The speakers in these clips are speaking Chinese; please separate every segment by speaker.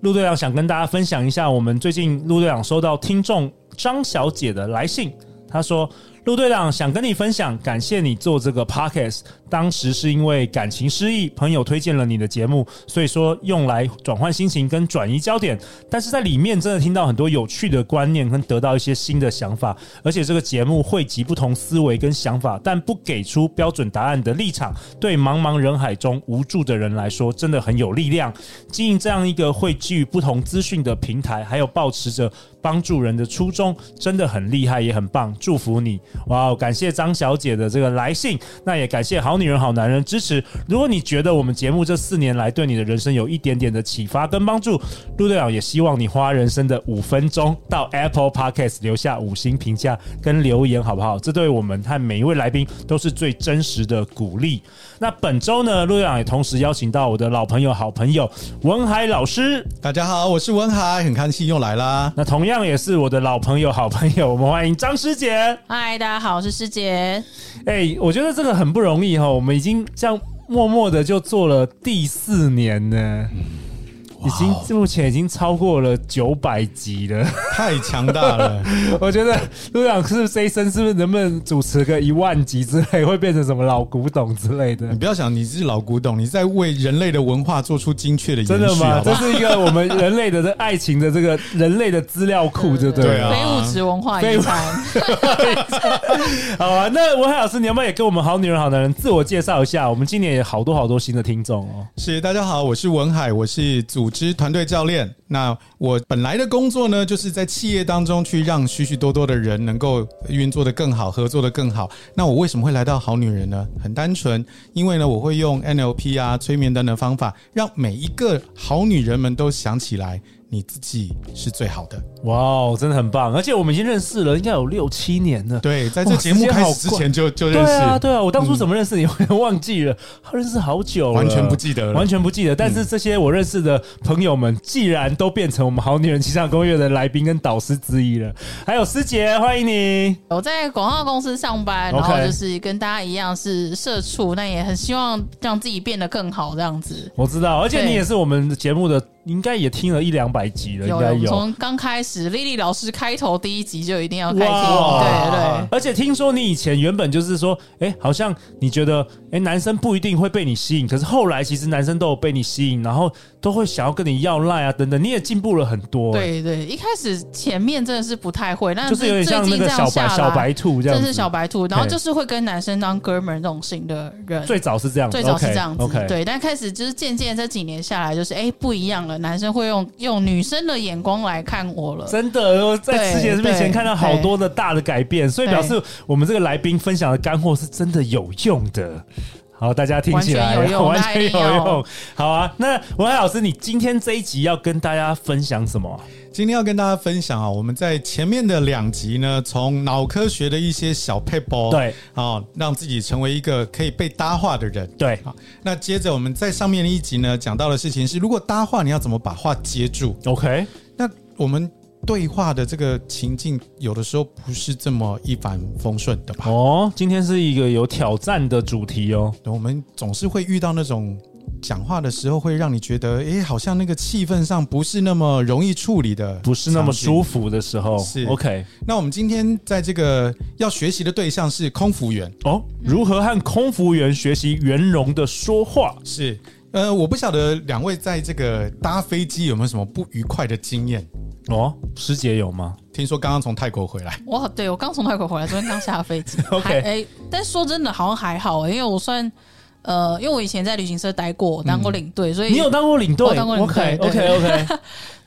Speaker 1: 陆队长想跟大家分享一下，我们最近陆队长收到听众张小姐的来信，她说：“陆队长想跟你分享，感谢你做这个 podcast。当时是因为感情失意，朋友推荐了你的节目，所以说用来转换心情跟转移焦点。但是在里面真的听到很多有趣的观念，跟得到一些新的想法。而且这个节目汇集不同思维跟想法，但不给出标准答案的立场，对茫茫人海中无助的人来说，真的很有力量。经营这样一个汇聚不同资讯的平台，还有保持着帮助人的初衷，真的很厉害，也很棒。祝福你！哇哦，感谢张小姐的这个来信，那也感谢好女人、好男人支持。如果你觉得我们节目这四年来对你的人生有一点点的启发跟帮助，陆队长也希望你花人生的五分钟到 Apple Podcast 留下五星评价跟留言，好不好？这对我们和每一位来宾都是最真实的鼓励。那本周呢，陆队长也同时邀请到我的老朋友、好朋友文海老师，
Speaker 2: 大家好，我是文海，很开心又来啦。
Speaker 1: 那同样也是我的老朋友、好朋友，我们欢迎张师姐。
Speaker 3: 嗨，大家好，我是师姐。
Speaker 1: 哎、我觉得这个很不容易哈，我们已经这样默默的就做了第四年呢，已经
Speaker 2: 哇哦
Speaker 1: 目前已经超过了九百集了。
Speaker 2: 太强大了，
Speaker 1: 我觉得陆长是不是这一生是不是能不能主持个一万集之类，会变成什么老古董之类的
Speaker 2: 你？不要想你是老古董，你在为人类的文化做出精确的延续，
Speaker 1: 真的吗？
Speaker 2: 好不
Speaker 1: 这
Speaker 2: 好？
Speaker 1: 是一个我们人类的这爱情的这个人类的资料库，对不对？
Speaker 2: 对啊
Speaker 3: 非物质文化
Speaker 1: 非
Speaker 3: 遗
Speaker 1: 物
Speaker 3: 产，
Speaker 1: 好啊，那文海老师，你要不要也跟我们好女人好男人自我介绍一下？我们今年也好多好多新的听众哦。
Speaker 2: 是大家好，我是文海，我是组织团队教练。那我本来的工作呢，就是在企业当中去让许许多多的人能够运作的更好，合作的更好。那我为什么会来到好女人呢？很单纯，因为呢，我会用 NLP 啊催眠等等方法，让每一个好女人们都想起来，你自己是最好的。
Speaker 1: 哇哦，真的很棒！而且我们已经认识了，应该有六七年了。
Speaker 2: 对，在
Speaker 1: 哇
Speaker 2: 这节目
Speaker 1: 时间好
Speaker 2: 开始之
Speaker 1: 快
Speaker 2: 前就就
Speaker 1: 对
Speaker 2: 认识，嗯
Speaker 1: 啊，对啊，我当初怎么认识你，我也忘记了，认识好久了，
Speaker 2: 完全不记得了嗯
Speaker 1: 完全不记得。但是这些我认识的朋友们，既然都变成我们好女人情场攻略的来宾跟导师之一了，还有师姐，欢迎你。
Speaker 3: 我在广告公司上班，然
Speaker 1: OK
Speaker 3: 后就是跟大家一样是社畜，那也很希望让自己变得更好这样子。
Speaker 1: 我知道，而且
Speaker 3: 对
Speaker 1: 你也是我们节目的，应该也听了一两百集了，应
Speaker 3: 有
Speaker 1: 该有。
Speaker 3: 从刚开始丽丽老师开头第一集就一定要开听，
Speaker 1: 哇
Speaker 3: 对对。
Speaker 1: 而且听说你以前原本就是说，哎、好像你觉得，哎、男生不一定会被你吸引，可是后来其实男生都有被你吸引，然后都会想要跟你要赖啊等等，你也进步了很多、诶
Speaker 3: 对对，一开始前面真的是不太会，但
Speaker 1: 就是有点
Speaker 3: 最
Speaker 1: 像那
Speaker 3: 近这
Speaker 1: 个小
Speaker 3: 样
Speaker 1: 白
Speaker 3: 下
Speaker 1: 小白
Speaker 3: 来，
Speaker 1: 兔这样
Speaker 3: 真
Speaker 1: 子，
Speaker 3: 是小白兔，然后
Speaker 1: 嘿
Speaker 3: 就是会跟男生当哥们儿那种型的人，
Speaker 1: 最早是这样子，
Speaker 3: 最早是
Speaker 1: OK，
Speaker 3: 这样子
Speaker 1: OK，
Speaker 3: 对。但开始就是渐渐这几年下来，就是哎、不一样了，男生会用用女生的眼光来看我了。
Speaker 1: 真的，我在
Speaker 3: 对
Speaker 1: 师姐面前
Speaker 3: 对
Speaker 1: 看到好多的大的改变，所以
Speaker 3: 对
Speaker 1: 表示我们这个来宾分享的干货是真的有用的。好，大家听起来
Speaker 3: 完全有 用
Speaker 1: 完全有
Speaker 3: 大家一定
Speaker 1: 用
Speaker 3: 要。
Speaker 1: 好啊，那文海老师，你今天这一集要跟大家分享什么啊？
Speaker 2: 今天要跟大家分享啊，我们在前面的两集呢，从脑科学的一些小 p a p e
Speaker 1: 对
Speaker 2: 哦，让自己成为一个可以被搭话的人。
Speaker 1: 对
Speaker 2: 好，那接着我们在上面的一集呢，讲到的事情是，如果搭话，你要怎么把话接住？
Speaker 1: ，OK，
Speaker 2: 那我们对话的这个情境，有的时候不是这么一帆风顺的吧？
Speaker 1: 哦，今天是一个有挑战的主题哦。
Speaker 2: 我们总是会遇到那种讲话的时候，会让你觉得，诶，好像那个气氛上不是那么容易处理的，
Speaker 1: 不是那么
Speaker 2: 服。
Speaker 1: 舒服的时候
Speaker 2: 是
Speaker 1: ，OK，
Speaker 2: 那我们今天在这个要学习的对象是空服员，
Speaker 1: 哦，如何和空服员学习圆融的说话？
Speaker 2: 是呃，我不晓得两位在这个搭飞机有没有什么不愉快的经验？
Speaker 1: 哦，师姐有吗？。
Speaker 2: 听说刚刚从泰国回来，
Speaker 3: 哇，对 我刚从泰国回来，昨天刚下飞机
Speaker 1: OK
Speaker 3: 还哎、但说真的，好像还好、因为我算呃，因为我以前在旅行社待过，我当过领队，所以
Speaker 4: 嗯你有当过领队
Speaker 3: 我当过领
Speaker 4: ？OK
Speaker 3: 队
Speaker 4: OK
Speaker 3: 对
Speaker 4: OK，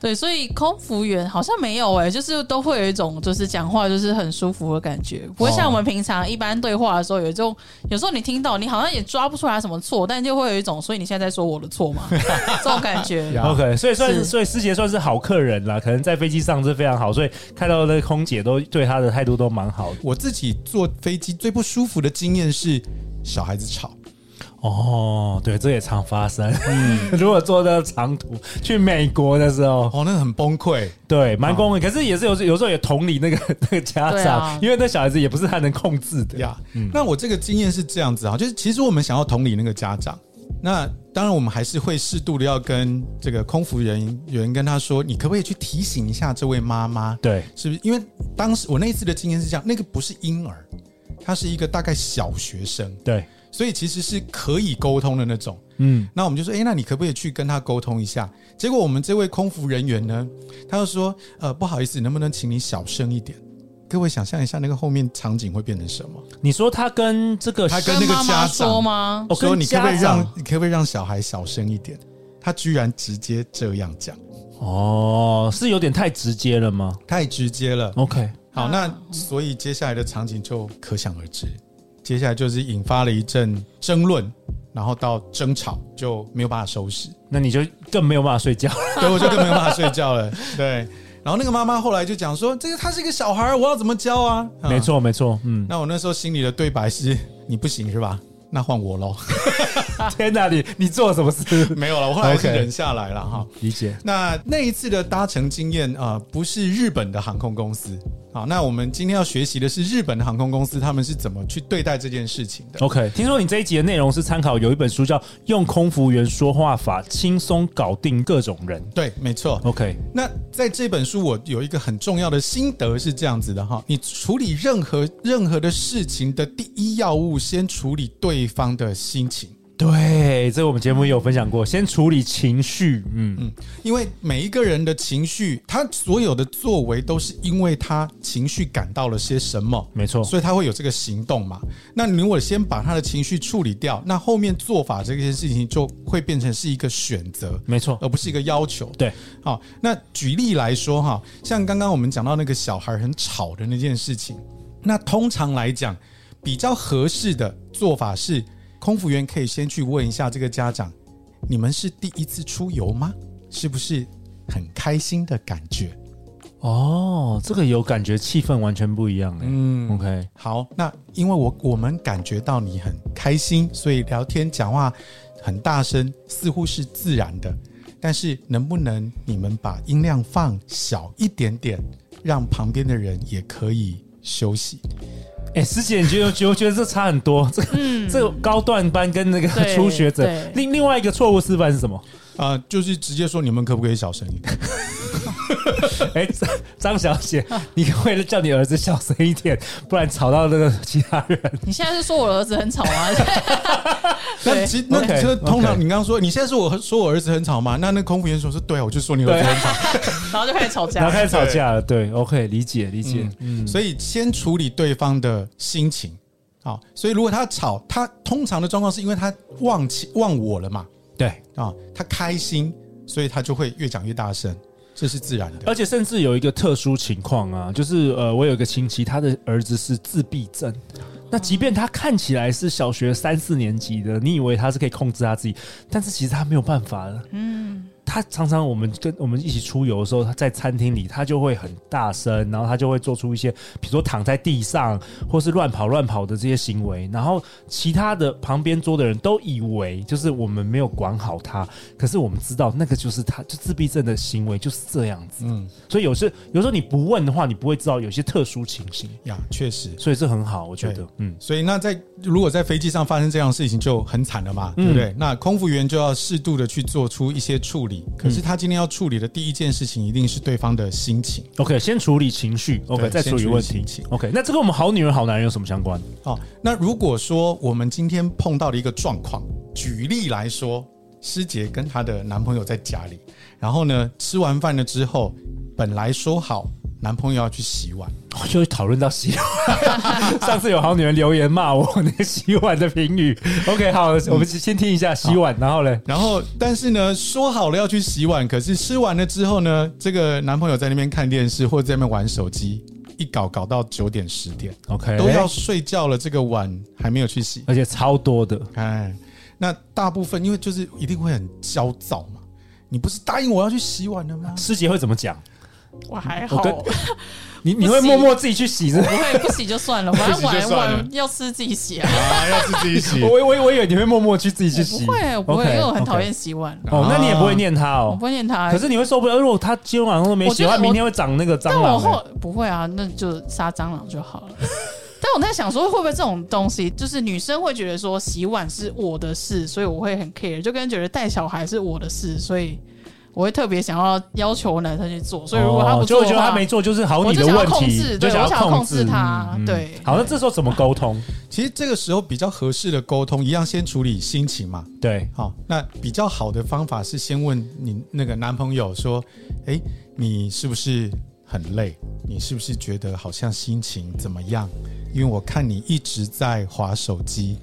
Speaker 3: 对，所以空服员好像没有哎、就是都会有一种就是讲话就是很舒服的感觉，不会
Speaker 4: 哦
Speaker 3: 像我们平常一般对话的时候有一种，有时候你听到你好像也抓不出来什么错，但就会有一种，所以你现在在说我的错 嘛，这种感觉。
Speaker 2: 呀
Speaker 4: OK，所以啊算是
Speaker 3: 是
Speaker 4: 所以师姐算是好客人啦，可能在飞机上是非常好，所以看到的空姐都对她的态度都蛮好的。
Speaker 2: 我自己坐飞机最不舒服的经验是小孩子吵，
Speaker 4: 哦，对，这也常发生。 如果坐到长途去美国的时候，
Speaker 2: 哦，那个很崩溃。
Speaker 4: 对，蛮公平。可是也是有有时候也同理那个 那个家
Speaker 3: 对
Speaker 4: 长，
Speaker 3: 啊
Speaker 4: 因为那小孩子也不是他能控制的。
Speaker 2: 呀、那我这个经验是这样子啊，就是其实我们想要同理那个家长，那当然我们还是会适度的要跟这个空服人员跟他说，你可不可以去提醒一下这位妈妈，
Speaker 4: 对，
Speaker 2: 是不是？因为当时我那一次的经验是这样，那个不是婴儿，他是一个大概小学生，
Speaker 4: 对，
Speaker 2: 所以其实是可以沟通的那种。
Speaker 4: 嗯，
Speaker 2: 那我们就说，哎诶，那你可不可以去跟他沟通一下？结果我们这位空服人员呢，他就说，呃，不好意思，能不能请你小声一点？各位想象一下，那个后面场景会变成什么？
Speaker 4: 你说他跟这个
Speaker 2: 他跟那个
Speaker 3: 妈妈
Speaker 2: 家长
Speaker 3: 说吗？
Speaker 4: 哦
Speaker 2: 说
Speaker 4: 跟
Speaker 2: 你可不可以
Speaker 4: 家长
Speaker 2: 让你可不可以让小孩小声一点？他居然直接这样讲，
Speaker 4: 哦，是有点太直接了吗
Speaker 2: 太直接了。
Speaker 4: ？OK，
Speaker 2: 好，那所以接下来的场景就可想而知，接下来就是引发了一阵争论，然后到争吵就没有办法收拾，
Speaker 4: 那你就更没有办法睡觉。
Speaker 2: 对，我就更没有办法睡觉了。对，然后那个妈妈后来就讲说，这个他是一个小孩儿，我要怎么教啊？嗯
Speaker 4: 没。错，没错，嗯，
Speaker 2: 那我那时候心里的对白是，你不行是吧？那换我喽。啊
Speaker 4: 天哪，你你做了什么事？
Speaker 2: 没有了，我后来还是
Speaker 4: OK
Speaker 2: 忍下来了哈。
Speaker 4: 理解。
Speaker 2: 那那一次的搭乘经验啊、呃不是日本的航空公司。好，那我们今天要学习的是日本的航空公司，他们是怎么去对待这件事情的。
Speaker 4: OK，听说你这一集的内容是参考有一本书叫《用空服员说话法轻松搞定各种人
Speaker 2: 对，没错》。。
Speaker 4: OK，
Speaker 2: 那在这本书，我有一个很重要的心得是这样子的哈：你处理任何任何的事情的第一要务，先处理对方的心情。
Speaker 4: 对，这个我们节目也有分享过，先处理情绪，嗯，
Speaker 2: 嗯，因为每一个人的情绪，他所有的作为都是因为他情绪感到了些什么，
Speaker 4: 没错
Speaker 2: 所以他会有这个行动嘛。那你如果先把他的情绪处理掉，那后面做法这件事情就会变成是一个选择，
Speaker 4: 没错，
Speaker 2: 而不是一个要求。
Speaker 4: 对，
Speaker 2: 好，那举例来说哈，像刚刚我们讲到那个小孩很吵的那件事情，那通常来讲，比较合适的做法是，空服员可以先去问一下这个家长，你们是第一次出游吗？是不是很开心的感觉？
Speaker 4: 哦，这个有感觉，气氛完全不一样哎、
Speaker 2: 嗯
Speaker 4: OK，
Speaker 2: 好，那因为我我们感觉到你很开心，所以聊天讲话很大声，似乎是自然的。但是能不能你们把音量放小一点点，让旁边的人也可以休息？
Speaker 4: 哎、师姐，你觉得觉得觉得这差很多，这个、这个高段班跟那个
Speaker 3: 嗯对
Speaker 4: 初学者
Speaker 3: 对，
Speaker 4: 另另外一个错误示范是什么？
Speaker 2: 啊、就是直接说你们可不可以小声一点？
Speaker 4: 哎、张张小 姐，你为了叫你儿子小声一点，不然吵到那个其他人。
Speaker 3: 你现在是说我的儿子很吵吗？
Speaker 2: 那
Speaker 3: 对
Speaker 2: 其实那
Speaker 4: OK，
Speaker 2: 这
Speaker 4: OK
Speaker 2: 通常你刚刚说你现在说我说我儿子很吵吗？那那空服员说说对啊，我就说你儿子很吵。
Speaker 3: 然后就开始吵
Speaker 4: 然
Speaker 3: 架。
Speaker 4: 后开始吵架了，对，OK，理解理解，嗯，
Speaker 2: 所以先处理对方的心情。好，所以如果他吵，他通常的状况是因为他忘情忘我了嘛，
Speaker 4: 对，
Speaker 2: 啊，他开心，所以他就会越讲越大声，这是自然的。
Speaker 4: 而且甚至有一个特殊情况啊，就是呃，我有一个亲戚，他的儿子是自闭症。那即便他看起来是小学三四年级的，你以为他是可以控制他自己，但是其实他没有办法了。嗯，他常常我们跟我们一起出游的时候，他在餐厅里，他就会很大声，然后他就会做出一些，比如说躺在地上，或是乱跑乱跑的这些行为。然后其他的旁边桌的人都以为就是我们没有管好他，可是我们知道那个就是他，就自闭症的行为就是这样子。
Speaker 2: 嗯
Speaker 4: 所以有时有时候你不问的话，你不会知道有些特殊情形，
Speaker 2: 呀，确实。
Speaker 4: 所以这很好，我觉得
Speaker 2: 对，
Speaker 4: 嗯，
Speaker 2: 所以那在如果在飞机上发生这样的事情就很惨了嘛，
Speaker 4: 嗯
Speaker 2: 对不对？那空服员就要适度的去做出一些处理。可是他今天要处理的第一件事情一定是对方的心情。
Speaker 4: OK，先处理情绪，OK，
Speaker 2: 对
Speaker 4: 再处理问题
Speaker 2: 先处理情绪
Speaker 4: ，OK。那这跟我们好女人好男人有什么相关？
Speaker 2: 哦，那如果说我们今天碰到了一个状况，举例来说，师姐跟她的男朋友在家里，然后呢，吃完饭了之后，本来说好男朋友要去洗碗，
Speaker 4: 我就讨论到洗碗。上次有好女人留言骂我那个洗碗的评语。OK，好，我们先听一下洗碗，然后嘞，
Speaker 2: 然后但是呢，说好了要去洗碗，可是吃完了之后呢，这个男朋友在那边看电视或者在那边玩手机，一搞搞到九点十点，
Speaker 4: OK，
Speaker 2: 都要睡觉了，这个碗还没有去洗。
Speaker 4: 哎而且超多的，
Speaker 2: 哎，那大部分因为就是一定会很焦躁嘛。你不是答应我要去洗碗的吗？
Speaker 4: 师姐会怎么讲？
Speaker 3: 我还
Speaker 4: 我
Speaker 3: 好，
Speaker 4: 跟
Speaker 3: 不
Speaker 4: 你你会默默自己去洗是不是？
Speaker 3: 会不洗就算 了，反正
Speaker 2: 不洗
Speaker 3: 玩
Speaker 2: 就算了
Speaker 3: 玩要吃自己洗啊。
Speaker 2: 啊，要是自己洗
Speaker 4: 我我我以为你会默默去自己去
Speaker 3: 我
Speaker 4: 洗，
Speaker 3: 不会，我不会，因
Speaker 4: OK，
Speaker 3: 为我很
Speaker 4: OK
Speaker 3: 讨厌洗碗，
Speaker 4: 哦，那你也不会念他
Speaker 3: 我
Speaker 4: 哦
Speaker 3: 不。会念他。
Speaker 4: 可是你会受不了，如果他今天晚上都没洗，
Speaker 3: 哎我觉得
Speaker 4: 他
Speaker 3: 我
Speaker 4: 明天会长那个蟑
Speaker 3: 但我
Speaker 4: 螂欸。
Speaker 3: 后不会啊，那就杀蟑螂就 好了。但我在想说，会不会这种东西，就是女生会觉得说洗碗是我的事，所以我会很 care，就跟觉得带小孩是我的事，所以我会特别想要要求男生去做。所以如果他
Speaker 4: 哦
Speaker 3: 不
Speaker 4: 就
Speaker 3: 做
Speaker 4: 会
Speaker 3: 的
Speaker 4: 觉得
Speaker 3: 话，
Speaker 4: 他没做，就是好
Speaker 3: 我
Speaker 4: 你的
Speaker 3: 就想要
Speaker 4: 问
Speaker 3: 控
Speaker 4: 题，
Speaker 3: 制
Speaker 4: 就
Speaker 3: 对
Speaker 4: 想
Speaker 3: 我想要
Speaker 4: 控制
Speaker 3: 控制他
Speaker 4: 嗯嗯
Speaker 3: 对
Speaker 4: 好，那这时候怎么沟通？
Speaker 2: 其实这个时候比较合适的沟通，一样先处理心情嘛。
Speaker 4: 对，
Speaker 2: 好，那比较好的方法是先问你那个男朋友说：“哎、你是不是很累？你是不是觉得好像心情怎么样？因为我看你一直在划手机，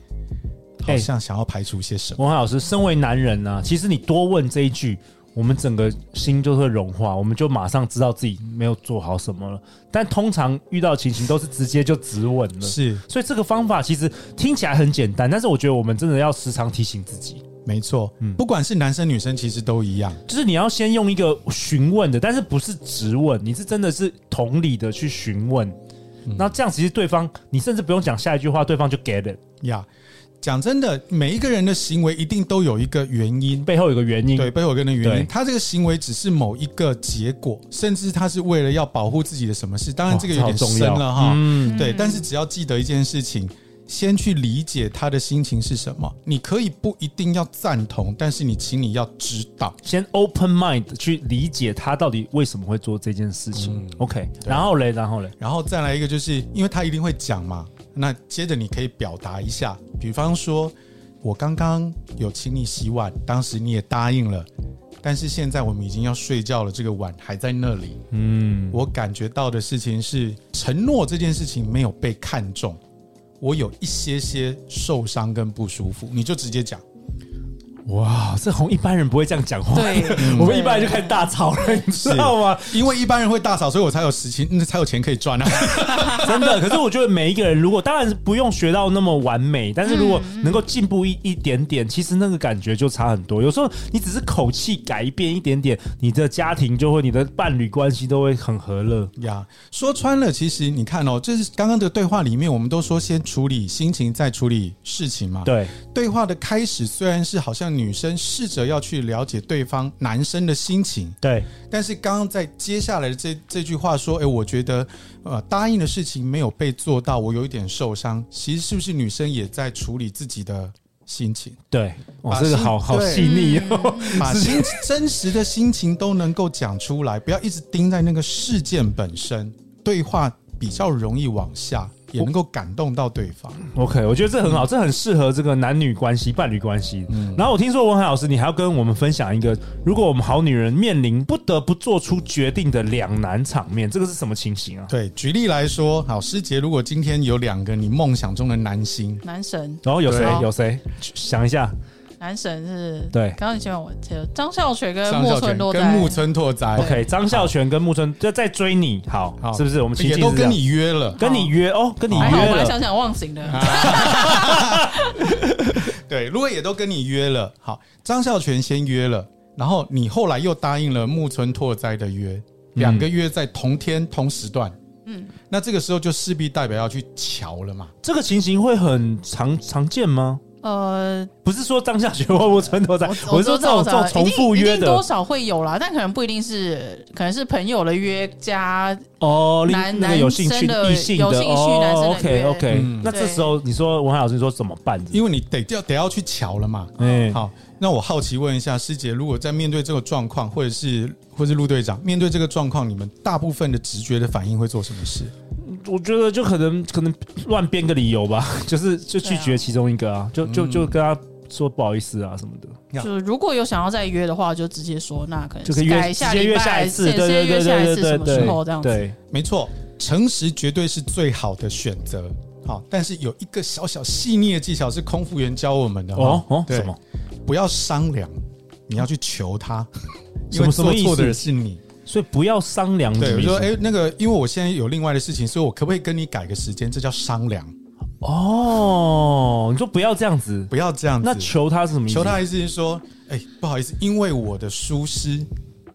Speaker 2: 好
Speaker 4: 哎
Speaker 2: 像想要排除些什么。
Speaker 4: 文海老师，身为男人呢、其实你多问这一句，我们整个心就会融化，我们就马上知道自己没有做好什么了。但通常遇到情形都是直接就直问了，
Speaker 2: 是，
Speaker 4: 所以这个方法其实听起来很简单，但是我觉得我们真的要时常提醒自己，
Speaker 2: 没错，不管是男生女生，其实都一样。
Speaker 4: 就是你要先用一个询问的，但是不是直问，你是真的是同理的去询问。那这样其实对方，你甚至不用讲下一句话，对方就 get it，
Speaker 2: 呀、讲真的，每一个人的行为一定都有一个原因，
Speaker 4: 背后有个原因。
Speaker 2: 对，背后有一个人的原
Speaker 4: 对
Speaker 2: 因。他这个行为只是某一个结果，甚至他是为了要保护自己的什么事。当然，
Speaker 4: 哇
Speaker 2: 这个有点
Speaker 4: 这好重
Speaker 2: 深
Speaker 4: 要
Speaker 2: 了哈。
Speaker 4: 嗯
Speaker 2: 对，
Speaker 3: 嗯
Speaker 2: 但是只要记得一件事情，先去理解他的心情是什么。你可以不一定要赞同，但是你请你要知道。
Speaker 4: 先 open mind 去理解他到底为什么会做这件事情。OK，然后嘞，然后嘞，
Speaker 2: 然后再来一个，就是因为他一定会讲嘛，那接着你可以表达一下，比方说，我刚刚有请你洗碗，当时你也答应了，但是现在我们已经要睡觉了，这个碗还在那里。
Speaker 4: 嗯，
Speaker 2: 我感觉到的事情是，承诺这件事情没有被看重，我有一些些受伤跟不舒服，你就直接讲。
Speaker 4: 哇，这红一般人不会这样讲话，嗯
Speaker 3: 对
Speaker 4: 我们一般人就开始大吵了，你知道吗？
Speaker 2: 因为一般人会大吵，所以我才有时情，才有钱可以赚啊。
Speaker 4: 真的，可是我觉得每一个人，如果当然是不用学到那么完美，但是如果能够进步一一点点，其实那个感觉就差很多。有时候你只是口气改变一点点，你的家庭就会，你的伴侣关系都会很和乐。
Speaker 2: 呀说穿了，其实你看哦，就是刚刚的对话里面，我们都说先处理心情，再处理事情嘛。，
Speaker 4: 对，
Speaker 2: 对话的开始虽然是好像女生试着要去了解对方男生的心情，
Speaker 4: 对，
Speaker 2: 但是刚刚在接下来的这这句话说，哎诶，我觉得呃答应的事情没有被做到，我有一点受伤。其实是不是女生也在处理自己的心情，
Speaker 4: 对，哇，
Speaker 2: 把
Speaker 4: 这个
Speaker 2: 心
Speaker 4: 好好
Speaker 2: 对
Speaker 4: 细腻哦。
Speaker 2: 把心真实的心情都能够讲出来，不要一直盯在那个事件本身，对话比较容易往下，也能够感动到对方。
Speaker 4: OK，我觉得这很好，这很适合这个男女关系、伴侣关系。
Speaker 2: 嗯
Speaker 4: 然后我听说文海老师，你还要跟我们分享一个，如果我们好女人面临不得不做出决定的两难场面，这个是什么情形啊？
Speaker 2: 对，举例来说，好，师姐，如果今天有两个你梦想中的男星，
Speaker 3: 男神，
Speaker 4: 然后有谁
Speaker 3: 对？
Speaker 4: 有谁？想一下，
Speaker 3: 男神是
Speaker 4: 对
Speaker 3: 刚刚你讲我张孝全跟
Speaker 2: 张
Speaker 3: 呃木
Speaker 2: 孝
Speaker 3: 村
Speaker 2: 全
Speaker 3: 落
Speaker 2: 跟
Speaker 3: 在
Speaker 2: 木村拓哉
Speaker 4: OK，张孝全跟木村就在追你，好，
Speaker 2: 好
Speaker 4: 是不是？我们情
Speaker 2: 也
Speaker 4: 境
Speaker 2: 都
Speaker 4: 是这
Speaker 2: 跟
Speaker 4: 样
Speaker 2: 你约了。
Speaker 4: 跟你约哦，跟你
Speaker 3: 还好，
Speaker 4: 约啊
Speaker 3: 我还
Speaker 4: 了，
Speaker 3: 想想忘形了。
Speaker 2: 对，如果也都跟你约了，好，张孝全先约了，然后你后来又答应了木村拓哉的约，两个约在同天同时段，嗯，那这个时候就势必代表要去瞧了嘛。
Speaker 4: 这个情形会很常常见吗？
Speaker 3: 呃，
Speaker 4: 不是说张孝全或木村拓哉，我是说
Speaker 3: 知
Speaker 4: 这
Speaker 3: 道
Speaker 4: 种
Speaker 3: 我
Speaker 4: 这
Speaker 3: 知道
Speaker 4: 种重复
Speaker 3: 一定
Speaker 4: 约
Speaker 3: 一定多
Speaker 4: 的
Speaker 3: 少会有啦，但可能不一定是，可能是朋友的约加
Speaker 4: 哦，另
Speaker 3: 男
Speaker 4: 那个有兴趣
Speaker 3: 男生的
Speaker 4: 异性
Speaker 3: 有
Speaker 4: 的
Speaker 3: 兴趣男生
Speaker 4: 哦
Speaker 3: 的
Speaker 4: ，OK
Speaker 3: 约
Speaker 4: OK，
Speaker 2: 嗯
Speaker 4: 那这时候你说文海老师你说怎么办？
Speaker 2: 因为你得要得要去瞧了嘛。
Speaker 4: 哎，
Speaker 2: 好，那我好奇问一下师姐，如果在面对这个状况，或者是或是陆队长面对这个状况，你们大部分的直觉的反应会做什么事？
Speaker 4: 我觉得就可能可能乱编个理由吧，就是就拒
Speaker 3: 对
Speaker 4: 啊
Speaker 3: 嗯
Speaker 4: 绝其中一个啊，就就就跟他说不好意思啊什么的，
Speaker 3: 就是如果有想要再约的话，就直接说，那可能
Speaker 4: 就可以
Speaker 3: 改
Speaker 4: 约
Speaker 3: 下
Speaker 4: 直接约
Speaker 3: 礼
Speaker 4: 下
Speaker 3: 拜
Speaker 4: 一次，
Speaker 3: 直
Speaker 4: 对
Speaker 3: 接
Speaker 4: 对
Speaker 3: 约
Speaker 4: 对
Speaker 3: 下一
Speaker 4: 对
Speaker 3: 次
Speaker 4: 对
Speaker 3: 什
Speaker 4: 对
Speaker 3: 么时候
Speaker 4: 对，
Speaker 3: 这样子。
Speaker 4: 对，
Speaker 2: 没错，诚实绝对是最好的选择。好，但是有一个小小细腻的技巧是空服员教我们的
Speaker 4: 哦
Speaker 2: 哦
Speaker 4: 哦，
Speaker 2: 对
Speaker 4: 什么？
Speaker 2: 不要商量，你要去求 他，因
Speaker 4: 什
Speaker 2: 为
Speaker 4: 么什么
Speaker 2: 做
Speaker 4: 意思
Speaker 2: 错的人是你。
Speaker 4: 所以不要商量，
Speaker 2: 对，
Speaker 4: 嗯什
Speaker 2: 我
Speaker 4: 么意
Speaker 2: 就
Speaker 4: 思
Speaker 2: 说，哎、那个，因为我现在有另外的事情，所以我可不可以跟你改个时间？这叫商量，
Speaker 4: 哦，你说不要这样子，
Speaker 2: 不要这样子。
Speaker 4: 那求他是什么意思？
Speaker 2: 求他的意思是说，哎、不好意思，因为我的疏失，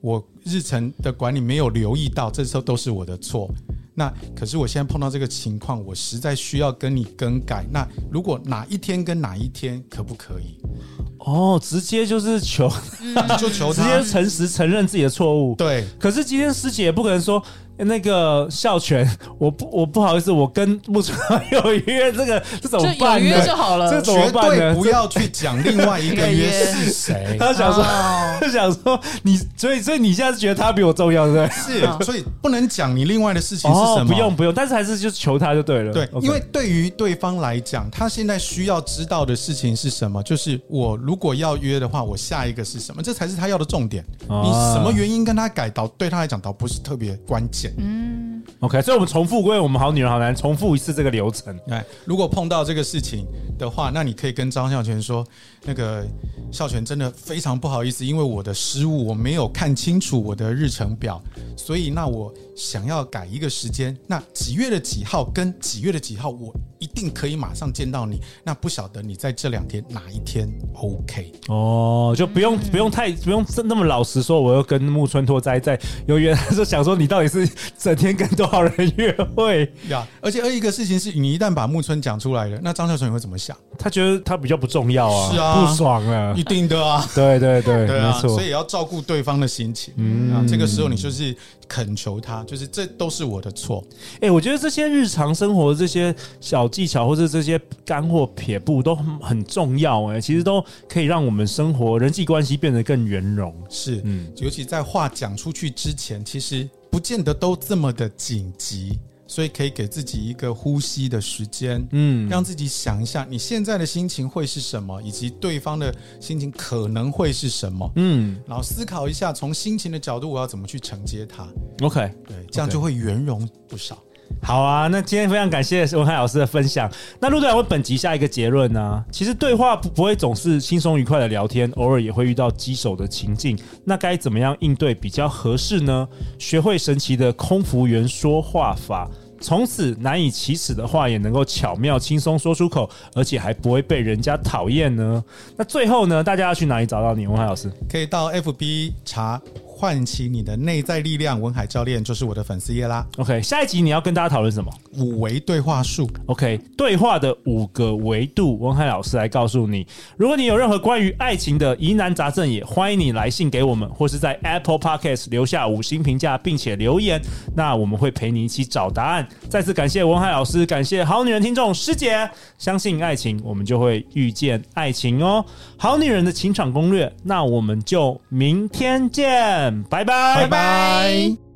Speaker 2: 我日程的管理没有留意到，这时候都是我的错。那可是我现在碰到这个情况，我实在需要跟你更改。那如果哪一天跟哪一天，可不可以？
Speaker 4: 哦，直接就是求，嗯
Speaker 2: 就求
Speaker 4: 直
Speaker 2: 他
Speaker 4: 接诚实承认自己的错误。
Speaker 2: 对
Speaker 4: 可是今天师姐也不可能说欸那个孝全，我不我不好意思，我跟木村有约，这个这怎么
Speaker 3: 就有
Speaker 4: 办呢
Speaker 3: 约就？好了。
Speaker 4: 这怎么
Speaker 2: 绝
Speaker 4: 办
Speaker 2: 对
Speaker 4: 呢
Speaker 2: 不要去讲另外一个
Speaker 3: 对
Speaker 2: 约
Speaker 3: 耶
Speaker 2: 是 谁。
Speaker 4: 他想说，
Speaker 3: 哦
Speaker 4: 他想说你，所以所以你现在是觉得他比我重要，对不对？
Speaker 2: 是，所以不能讲你另外的事情是什么。
Speaker 4: 哦不用不用，但是还是就求他就对了。
Speaker 2: 对
Speaker 4: OK
Speaker 2: 因为对于对方来讲，他现在需要知道的事情是什么？就是我如果要约的话，我下一个是什么？这才是他要的重点。
Speaker 4: 啊
Speaker 2: 你什么原因跟他改导，对他来讲倒不是特别关键。
Speaker 3: 嗯，
Speaker 4: OK，所以我们重复为我们好女人好男重复一次这个流程。
Speaker 2: 哎，如果碰到这个事情的话，那你可以跟张孝全说，那个孝全真的非常不好意思，因为我的失误，我没有看清楚我的日程表，所以那我想要改一个时间，那几月的几号跟几月的几号，我一定可以马上见到你。那不晓得你在这两天哪一天 OK？
Speaker 4: 哦，就不用、
Speaker 2: 嗯
Speaker 4: 不用太不用那么老实说，我要跟木村拓哉在有约，他说想说你到底是整天跟多少人约会？
Speaker 2: 呀、而且二一个事情是你一旦把木村讲出来了，那张孝全会怎么想？
Speaker 4: 他觉得他比较不重要啊，
Speaker 2: 是啊
Speaker 4: 不爽啊
Speaker 2: 一。定的啊。
Speaker 4: 对对 对，
Speaker 2: 对
Speaker 4: 没
Speaker 2: 啊，
Speaker 4: 错
Speaker 2: 所。以也要照顾对方的心情。
Speaker 4: 嗯
Speaker 2: 啊，这个时候你就是恳求他，就是这都是我的错。
Speaker 4: 哎、我觉得这些日常生活的这些小技巧，或者这些干货撇步都很很重要、哎，其实都可以让我们生活人际关系变得更圆融。
Speaker 2: 是，
Speaker 4: 嗯
Speaker 2: 尤其在话讲出去之前，其实不见得都这么的紧急，所以可以给自己一个呼吸的时间，
Speaker 4: 嗯，
Speaker 2: 让自己想一下你现在的心情会是什么，以及对方的心情可能会是什么。
Speaker 4: 嗯
Speaker 2: 然后思考一下，从心情的角度，我要怎么去承接它？
Speaker 4: ，OK。
Speaker 2: 对，这样就会圆融不少。
Speaker 4: 好啊，那今天非常感谢文海老师的分享。那陆队长为本集下一个结论呢、其实对话不不会总是轻松愉快的聊天，偶尔也会遇到棘手的情境，那该怎么样应对比较合适呢？学会神奇的空服员说话法。从此难以启齿的话也能够巧妙轻松说出口，而且还不会被人家讨厌呢。那最后呢，大家要去哪里找到你，文海老师？
Speaker 2: 可以到 FB 查唤起你的内在力量，文海教练就是我的粉丝页啦。
Speaker 4: OK，下一集你要跟大家讨论什么
Speaker 2: 五维对话术，
Speaker 4: ？OK，对话的五个维度，文海老师来告诉你。如果你有任何关于爱情的疑难杂症，也欢迎你来信给我们，或是在 Apple Podcast 留下五星评价，并且留言，那我们会陪你一起找答案。再次感谢文海老师，感谢好女人听众师姐。相信爱情，我们就会遇见爱情哦。好女人的情场攻略，那我们就明天见，拜拜，
Speaker 2: 拜拜